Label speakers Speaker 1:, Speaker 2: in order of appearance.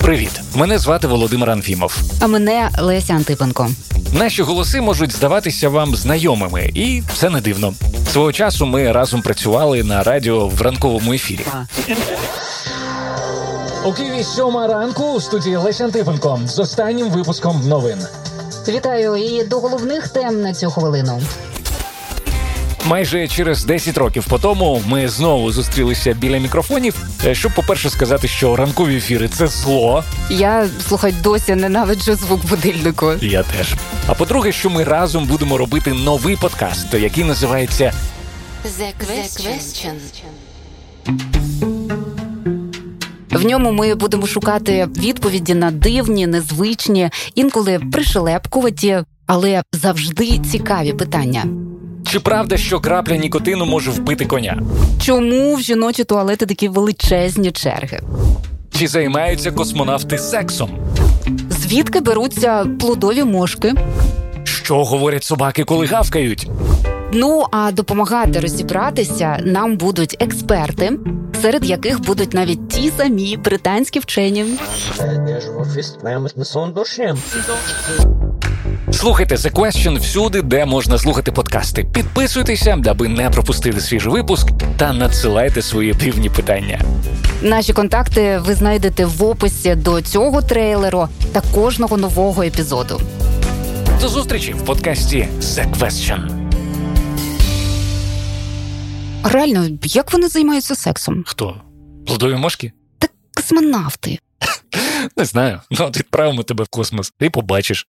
Speaker 1: Привіт! Мене звати Володимир Анфімов.
Speaker 2: А мене Леся Антипенко.
Speaker 1: Наші голоси можуть здаватися вам знайомими, і це не дивно. Свого часу ми разом працювали на радіо в ранковому ефірі. У Києві сьома ранку у студії Леся Антипенко з останнім випуском новин.
Speaker 2: Вітаю і до головних тем на цю хвилину.
Speaker 1: Майже через 10 років по тому ми знову зустрілися біля мікрофонів, е, щоб, по-перше, сказати, що ранкові ефіри це зло.
Speaker 2: Я слухай, досі ненавиджу звук будильнику.
Speaker 1: Я теж. А по-друге, що ми разом будемо робити новий подкаст, який називається
Speaker 3: The question.
Speaker 2: В ньому ми будемо шукати відповіді на дивні, незвичні, інколи пришелепкуваті, але завжди цікаві питання.
Speaker 1: Чи правда, що крапля нікотину може вбити коня?
Speaker 2: Чому в жіночі туалети такі величезні черги?
Speaker 1: Чи займаються космонавти сексом?
Speaker 2: Звідки беруться плодові мошки?
Speaker 1: Що говорять собаки, коли гавкають?
Speaker 2: Ну а допомагати розібратися нам будуть експерти, серед яких будуть навіть ті самі британські вчені.
Speaker 4: Я живу в фістнемець на сон душем.
Speaker 1: Слухайте The Question всюди, де можна слухати подкасти. Підписуйтеся, аби не пропустити свіжий випуск, та надсилайте свої дивні питання.
Speaker 2: Наші контакти ви знайдете в описі до цього трейлеру та кожного нового епізоду.
Speaker 1: До зустрічі в подкасті The Question.
Speaker 2: Реально, як вони займаються сексом?
Speaker 1: Хто? Плодові мошки?
Speaker 2: Космонавти.
Speaker 1: Не знаю. Ну, от відправимо тебе в космос і побачиш.